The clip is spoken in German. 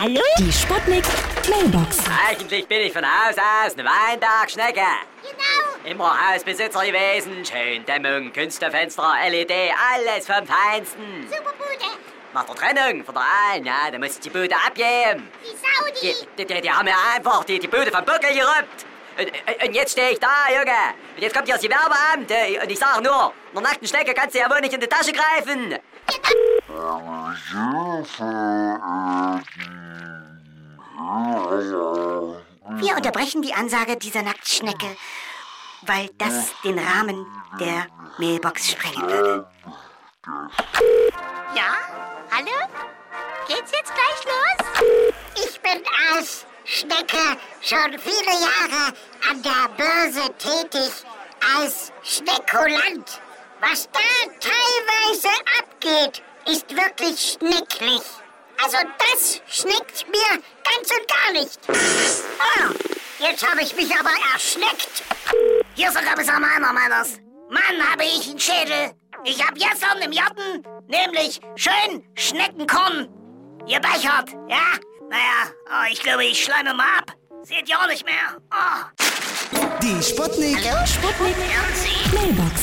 Hallo? Die Sputnik Mailbox. Eigentlich bin ich von Haus aus eine Weinbergschnecke. Genau. Immer Hausbesitzer gewesen. Schön Dämmung, Künstlerfenster, LED, alles vom Feinsten. Super Bude. Nach der Trennung von der Allen, ja, da muss ich die Bude abgeben. Die Die, Saudi. die, die, die haben mir einfach die, die Bude vom Buckel gerübt. Und, und- und jetzt stehe ich da, Junge. Und jetzt kommt hier das Gewerbeamt. äh, Und ich sag nur, einer nackten Schnecke kannst du ja wohl nicht in die Tasche greifen. Wir unterbrechen die Ansage dieser Nacktschnecke, weil das den Rahmen der Mailbox sprengen würde. Ja? Hallo? Geht's jetzt gleich los? Ich bin als Schnecke schon viele Jahre an der Börse tätig als Schneckulant. Was da teilweise abgeht, ist wirklich schnecklich. Also das schneckt mir ganz und gar nicht. Ah, jetzt habe ich mich aber erschneckt. Hier ist der Kommissar Meiner, Meiners. Mann, habe ich einen Schädel. Ich habe gestern im Jotten nämlich schön Schneckenkorn gebechert, ja? Naja, oh, ich glaube, ich schleime mal ab. Seht ihr auch nicht mehr. Oh. Die Sputnik. Sputnik Mailbox.